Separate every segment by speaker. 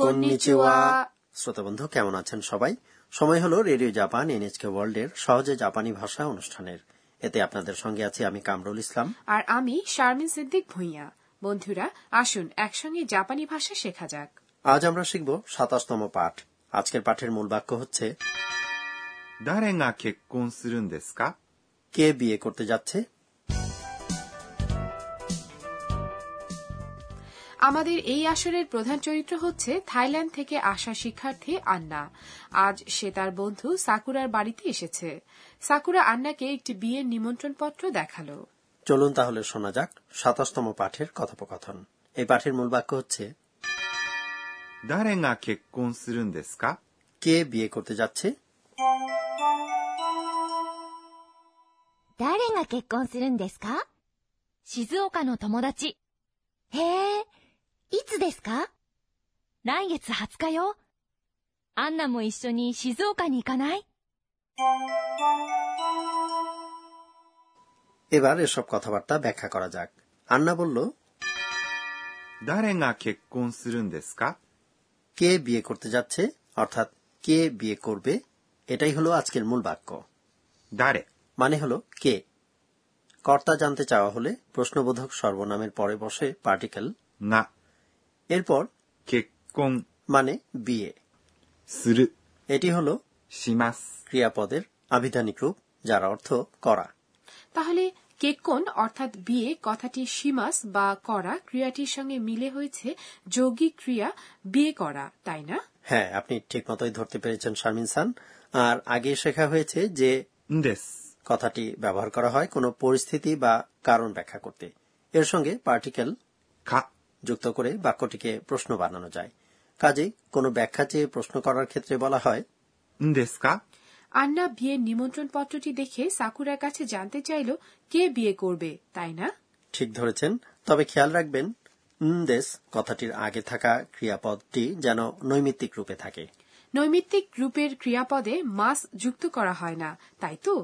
Speaker 1: Konnichiwa.
Speaker 2: শ্রোতা বন্ধু কেমন আছেন সবাই সময় হলো রেডিও জাপান এনএচকে ওয়ার্ল্ডের সহজে জাপানি ভাষা অনুষ্ঠানের এতে আপনাদের সঙ্গে আছি আমি কামরুল ইসলাম
Speaker 1: আর আমি শারমিন সিদ্দিক ভুঁইয়া বন্ধুরা আসুন একসঙ্গে জাপানি ভাষা শেখা যাক
Speaker 2: আজ আমরা শিখব সাতাশতম পাঠ আজকের পাঠের মূল বাক্য হচ্ছে
Speaker 3: 誰が結婚するんですか
Speaker 2: কে বিয়ে করতে যাচ্ছে
Speaker 1: আমাদের এই আসরের প্রধান চরিত্র হচ্ছে থাইল্যান্ড থেকে আসা শিক্ষার্থী আন্না আজ সে তার বন্ধু সাকুরার বাড়িতে এসেছে সাকুরা আন্নাকে একটি বিয়ের নিমন্ত্রণপত্র দেখালো
Speaker 2: চলুন তাহলে শোনা যাক সাতাশতম পাঠের কথোপকথন এই পাঠের মূল বাক্য হচ্ছে
Speaker 3: 誰が結婚するんですか
Speaker 2: কে বিয়ে করতে যাচ্ছে
Speaker 4: 誰が結婚するんですか静岡の友達。へえ、いつですか来月20日よ。アンナも一緒に静岡に行かない
Speaker 2: এবার এসব কথাবার্তা ব্যাখ্যা করা যাক আন্না বলল
Speaker 3: 誰が結婚するんですか
Speaker 2: কে বিয়ে করতে যাচ্ছে অর্থাৎ কে বিয়ে করবে এটাই হলো আজকের মূল বাক্য
Speaker 3: 誰
Speaker 2: মানে হলো কে কর্তা জানতে চাওয়া হলে প্রশ্নবোধক সর্বনামের পরে বসে পার্টিকেল
Speaker 3: が
Speaker 2: এরপর
Speaker 3: 結婚
Speaker 2: মানে বিয়ে
Speaker 3: する
Speaker 2: এটি হলো
Speaker 3: します。
Speaker 2: ক্রিয়াপদের আবিধানিক রূপ যার অর্থ করা
Speaker 1: তাহলে কেকন অর্থাৎ বিয়ে কথাটি সীমাস বা করা ক্রিয়াটির সঙ্গে মিলে হয়েছে যৌগিক ক্রিয়া বিয়ে করা তাই না
Speaker 2: হ্যাঁ আপনি ঠিক মতোই ধরতে পেরেছেন শারমিন সান আর আগে শেখা হয়েছে যে
Speaker 3: んです。
Speaker 2: কথাটি ব্যবহার করা হয় কোনো পরিস্থিতি বা কারণ ব্যাখ্যা করতে এর সঙ্গে পার্টিকেল
Speaker 3: か
Speaker 2: যুক্ত করে বাক্যটিকে প্রশ্ন বানানো যায় কাজেই কোনো ব্যাখ্যা চেয়ে প্রশ্ন করার ক্ষেত্রে বলা হয়
Speaker 3: んですか
Speaker 1: আন্না বিয়ের নিমন্ত্রণ পত্রটি দেখে সাকুরার কাছে জানতে চাইল কে বিয়ে করবে তাই না
Speaker 2: ঠিক ধরেছেন তবে খেয়াল রাখবেন দেশ কথাটির আগে থাকা ক্রিয়াপদটি যেন নৈমিত্তিক রূপে থাকে
Speaker 1: নৈমিত্তিক গ্রুপের ক্রিয়াপদে মাস যুক্ত করা হয় না তাই তো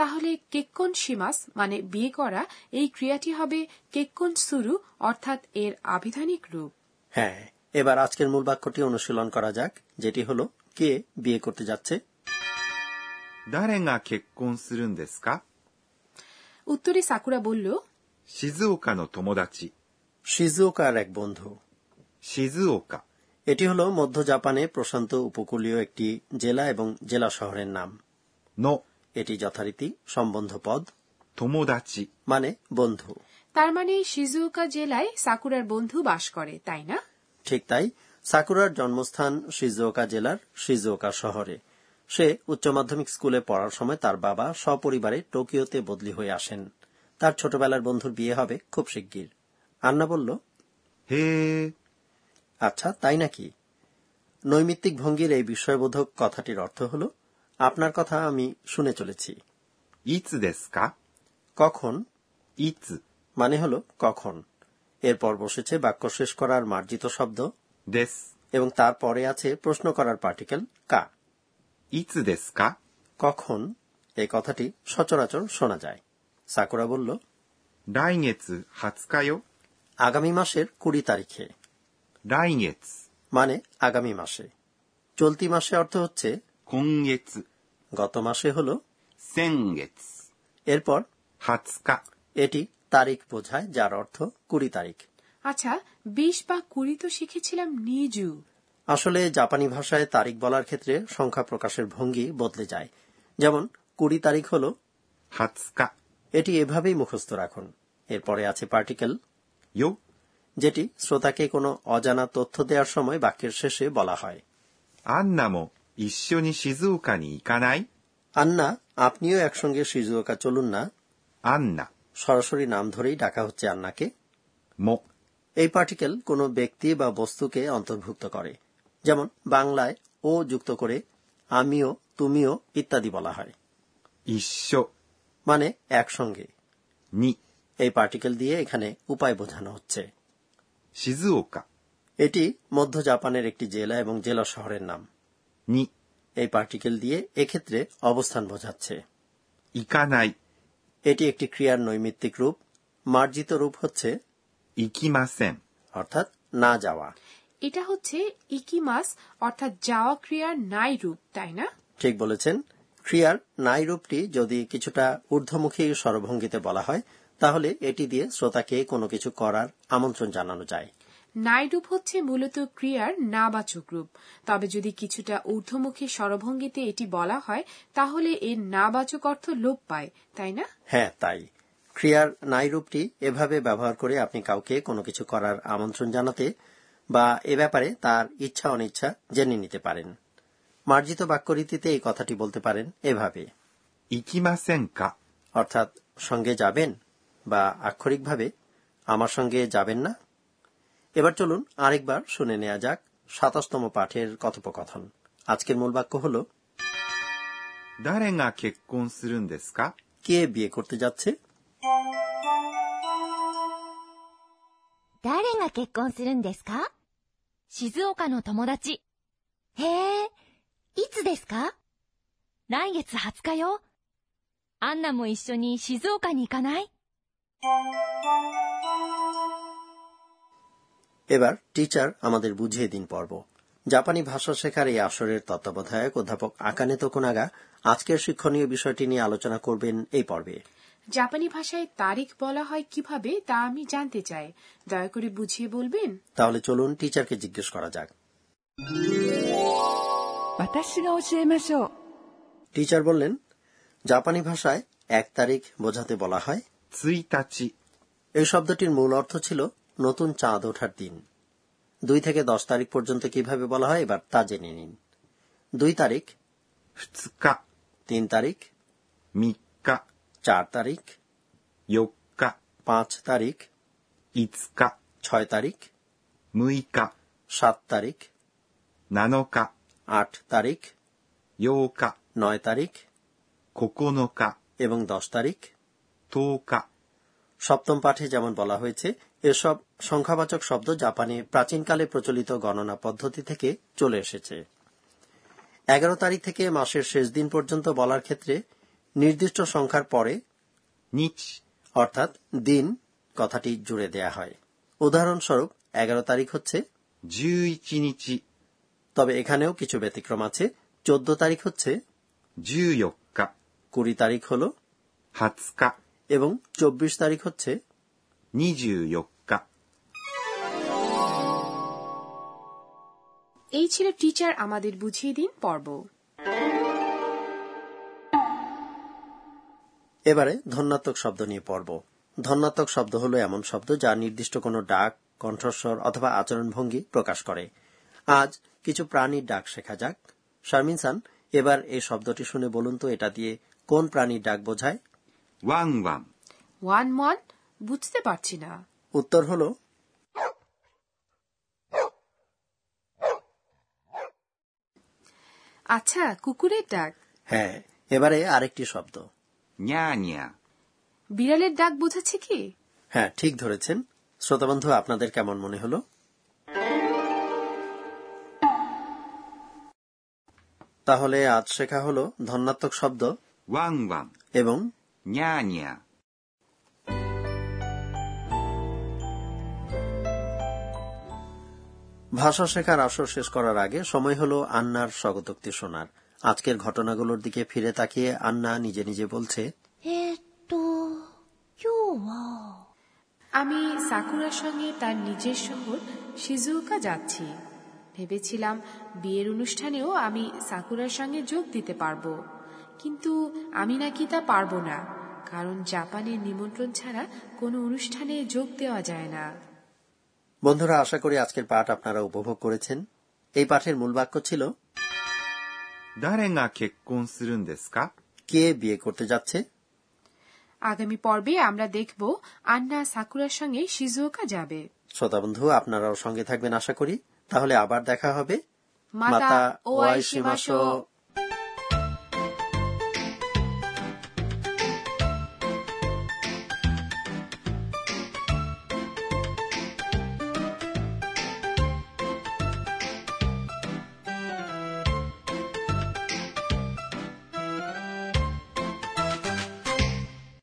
Speaker 1: তাহলে কেক্কন সীমাস মানে বিয়ে করা এই ক্রিয়াটি হবে কেক্কন সুরু অর্থাৎ এর আবিধানিক রূপ
Speaker 2: হ্যাঁ এবার আজকের মূল বাক্যটি অনুশীলন করা যাক যেটি হলো কে বিয়ে করতে যাচ্ছে
Speaker 3: 誰が結婚するんですか
Speaker 1: উত্তরে সাকুরা বলল
Speaker 3: 静岡の友達。
Speaker 2: শিজুকার এক বন্ধু
Speaker 3: 静岡。
Speaker 2: এটি হলো মধ্য জাপানে প্রশান্ত উপকূলীয় একটি জেলা এবং জেলা শহরের নাম
Speaker 3: の
Speaker 2: এটি যথারীতি সম্বন্ধ পদ
Speaker 3: 友達。
Speaker 2: মানে বন্ধু
Speaker 1: তার মানে শিজুকা জেলায় সাকুরার বন্ধু বাস করে তাই না
Speaker 2: ঠিক তাই সাকুরার জন্মস্থান শিজুওকা জেলার শিজুওকা শহরে সে উচ্চ মাধ্যমিক স্কুলে পড়ার সময় তার বাবা সপরিবারে টোকিওতে বদলি হয়ে আসেন তার ছোটবেলার বন্ধুর বিয়ে হবে খুব শিগগির আন্না বলল
Speaker 3: へえ。
Speaker 2: আচ্ছা তাই নাকি নৈমিত্তিক ভঙ্গির এই বিষয়বোধক কথাটির অর্থ হল আপনার কথা আমি শুনে চলেছি
Speaker 3: いつですか
Speaker 2: কখন
Speaker 3: いつ
Speaker 2: মানে হল কখন এরপর বসেছে বাক্য শেষ করার মার্জিত শব্দ
Speaker 3: です。
Speaker 2: এবং তারপরে আছে প্রশ্ন করার পার্টিকেল কা
Speaker 3: いつですか
Speaker 2: কখন এই কথাটি সচরাচর শোনা যায় সাকুরা বলল
Speaker 3: 来月20日よ。
Speaker 2: আগামী মাসের কুড়ি তারিখে
Speaker 3: 来月。
Speaker 2: মানে আগামী মাসে চলতি মাসে অর্থ হচ্ছে
Speaker 3: 今月。
Speaker 2: গত মাসে হল
Speaker 3: 先月。
Speaker 2: এরপর
Speaker 3: 20日。
Speaker 2: এটি তারিখ বোঝায় যার অর্থ কুড়ি তারিখ
Speaker 1: আচ্ছা বিশ বা কুড়ি তো শিখেছিলাম নিজু
Speaker 2: আসলে জাপানি ভাষায় তারিখ বলার ক্ষেত্রে সংখ্যা প্রকাশের ভঙ্গি বদলে যায় যেমন কুড়ি তারিখ হল
Speaker 3: 20日。
Speaker 2: এটি এভাবেই মুখস্থ রাখুন এরপরে আছে পার্টিকেল
Speaker 3: よ。
Speaker 2: যেটি শ্রোতাকে কোনো অজানা তথ্য দেওয়ার সময় বাক্যের শেষে বলা হয়
Speaker 3: アンナも一緒に静岡に行かない
Speaker 2: আন্না আপনিও একসঙ্গে শিজুওকা চলুন না
Speaker 3: アンナ
Speaker 2: সরাসরি নাম ধরেই ডাকা হচ্ছে আন্নাকে
Speaker 3: も
Speaker 2: এই পার্টিকেল কোনো ব্যক্তি বা বস্তুকে অন্তর্ভুক্ত করে যেমন বাংলায় ও যুক্ত করে আমিও তুমিও ইত্যাদি বলা হয়
Speaker 3: 一緒
Speaker 2: মানে একসঙ্গে
Speaker 3: に
Speaker 2: এই পার্টিকেল দিয়ে এখানে উপায় বোঝানো হচ্ছে
Speaker 3: 静岡
Speaker 2: এটি মধ্য জাপানের একটি জেলা এবং জেলা শহরের নাম
Speaker 3: に
Speaker 2: এই পার্টিকেল দিয়ে এক্ষেত্রে অবস্থান বোঝাচ্ছে
Speaker 3: 行かない
Speaker 2: এটি একটি ক্রিয়ার নৈমিত্তিক রূপ মার্জিত রূপ হচ্ছে
Speaker 3: 行きません
Speaker 2: অর্থাৎ না যাওয়া
Speaker 1: এটা হচ্ছে ইকিমাস অর্থাৎ যাওয়া ক্রিয়ার নাই রূপ তাই না
Speaker 2: ঠিক বলেছেন ক্রিয়ার নাই রূপটি যদি কিছুটা ঊর্ধ্বমুখী স্বরভঙ্গিতে বলা হয় তাহলে এটি দিয়ে শ্রোতাকে কোনো কিছু করার আমন্ত্রণ জানানো যায়
Speaker 1: নাই রূপ হচ্ছে মূলত ক্রিয়ার নাবাচক রূপ তবে যদি কিছুটা ঊর্ধ্বমুখী স্বরভঙ্গিতে এটি বলা হয় তাহলে এর নাবাচক অর্থ লোপ পায় তাই না
Speaker 2: হ্যাঁ তাই ক্রিয়ার নাই রূপটি এভাবে ব্যবহার করে আপনি কাউকে কোনো কিছু করার আমন্ত্রণ জানাতে বা এ ব্যাপারে তার ইচ্ছা অনিচ্ছা জেনে নিতে পারেন মার্জিত বাক্যরীতিতে এই কথাটি বলতে পারেন এভাবে
Speaker 3: 行きませんか
Speaker 2: অর্থাৎ সঙ্গে যাবেন বা আক্ষরিকভাবে আমার সঙ্গে যাবেন না এবার চলুন আরেকবার শুনে নেওয়া যাক সাতাশতম পাঠের কথোপকথন আজকের মূল বাক্য হল
Speaker 3: 誰が結婚するんですか
Speaker 2: কে বিয়ে করতে যাচ্ছে
Speaker 4: 誰が結婚するんですか静岡の友達。へえ、いつですか来月20日よ。アンナも一緒に静岡に行かない
Speaker 2: এবার টিচার আমাদের বুঝিয়ে দিন পর্ব জাপানি ভাষা শেখার এই আসরের তত্ত্বাবধায়ক অধ্যাপক আকানে তোকুনাগা আজকের শিক্ষণীয় বিষয়টি নিয়ে আলোচনা করবেন এই পর্বে
Speaker 1: জাপানি ভাষায় তারিখ বলা হয় কিভাবে তা আমি জানতে চাই দয়া করে বুঝিয়ে বলবেন
Speaker 2: তাহলে চলুন টিচারকে জিজ্ঞেস করা যাক
Speaker 5: 私が教えましょう
Speaker 2: টিচার বললেন জাপানি ভাষায় এক তারিখ বোঝাতে বলা হয়
Speaker 3: 1日
Speaker 2: এই শব্দটির মূল অর্থ ছিল নতুন চাঁদ ওঠার দিন দুই থেকে দশ তারিখ পর্যন্ত কিভাবে বলা হয় এবার তা জেনে নিন দুই তারিখ
Speaker 3: 2日
Speaker 2: তিন তারিখ
Speaker 3: 3日
Speaker 2: চার তারিখ
Speaker 3: 4日
Speaker 2: পাঁচ তারিখ
Speaker 3: 5日
Speaker 2: ছয় তারিখ
Speaker 3: 6日
Speaker 2: সাত তারিখ
Speaker 3: 7日
Speaker 2: আট তারিখ
Speaker 3: 8日
Speaker 2: নয় তারিখ
Speaker 3: 9日
Speaker 2: এবং দশ তারিখ
Speaker 3: 10日
Speaker 2: সপ্তম পাঠে যেমন বলা হয়েছে এসব সংখ্যাবাচক শব্দ জাপানে প্রাচীনকালে প্রচলিত গণনা পদ্ধতি থেকে চলে এসেছে এগারো তারিখ থেকে মাসের শেষ দিন পর্যন্ত বলার ক্ষেত্রে নির্দিষ্ট সংখ্যার পরে
Speaker 3: 日
Speaker 2: অর্থাৎ দিন কথাটি জুড়ে দেয়া হয় উদাহরণস্বরূপ এগারো তারিখ হচ্ছে
Speaker 3: 11日
Speaker 2: তবে এখানেও কিছু ব্যতিক্রম আছে চোদ্দ তারিখ হচ্ছে
Speaker 3: 14日
Speaker 2: কুড়ি তারিখ হল
Speaker 3: 20日
Speaker 2: এবং চব্বিশ তারিখ হচ্ছে
Speaker 3: 24日
Speaker 1: এই ছিল টিচার আমাদের বুঝিয়ে দিন পর্ব
Speaker 2: এবারে ধন্যাত্মক শব্দ নিয়ে পড়ব ধন্যাত্মক শব্দ হলো এমন শব্দ যা নির্দিষ্ট কোনো ডাক কণ্ঠস্বর অথবা আচরণভঙ্গি প্রকাশ করে আজ কিছু প্রাণীর ডাক শেখা যাক শারমিন সান এবার এই শব্দটি শুনে বলুন তো এটা দিয়ে কোন প্রাণীর ডাক বোঝায়
Speaker 3: ワンワン
Speaker 1: ওয়ান ওয়ান বুঝতে পারছি না
Speaker 2: উত্তর হলো
Speaker 1: আচ্ছা কুকুরের ডাক
Speaker 2: হ্যাঁ এবারে আরেকটি শব্দ
Speaker 3: ニャーニャー
Speaker 1: বিড়ালের ডাক বোঝাচ্ছে কি
Speaker 2: হ্যাঁ ঠিক ধরেছেন শ্রোতাবন্ধু আপনাদের কেমন মনে হলো তাহলে আজ শেখা হলো ধন্যাত্মক শব্দ
Speaker 3: ワンワン
Speaker 2: এবং
Speaker 3: ニャーニャー
Speaker 2: ভাষা শেখার আসর শেষ করার আগে সময় হলো আন্নার স্বগতোক্তি শোনার আজকের ঘটনাগুলোর দিকে ফিরে তাকিয়ে আন্না নিজে নিজে বলছে
Speaker 4: えーっと、今日は、
Speaker 1: আমি সাকুরার সঙ্গে তার নিজের শহর শিজুকা যাচ্ছি ভেবেছিলাম বিয়ের অনুষ্ঠানেও আমি সাকুরার সঙ্গে যোগ দিতে পারবো কিন্তু আমি নাকি তা পারবো না কারণ জাপানের নিমন্ত্রণ ছাড়া কোনো অনুষ্ঠানে যোগ দেওয়া যায় না
Speaker 2: বন্ধুরা আশা করি আজকের পাঠ আপনারা উপভোগ করেছেন এই পাঠের মূল বাক্য ছিল
Speaker 3: 誰が結婚するんですか
Speaker 2: কে বিয়ে করতে যাচ্ছে
Speaker 1: আগামী পর্বে আমরা দেখব আন্না সাকুরার সঙ্গে শিজুকা যাবে
Speaker 2: শ্রোতা বন্ধু আপনারাও সঙ্গে থাকবেন আশা করি তাহলে আবার দেখা হবে
Speaker 1: মাতা ওয়াই সীমাশো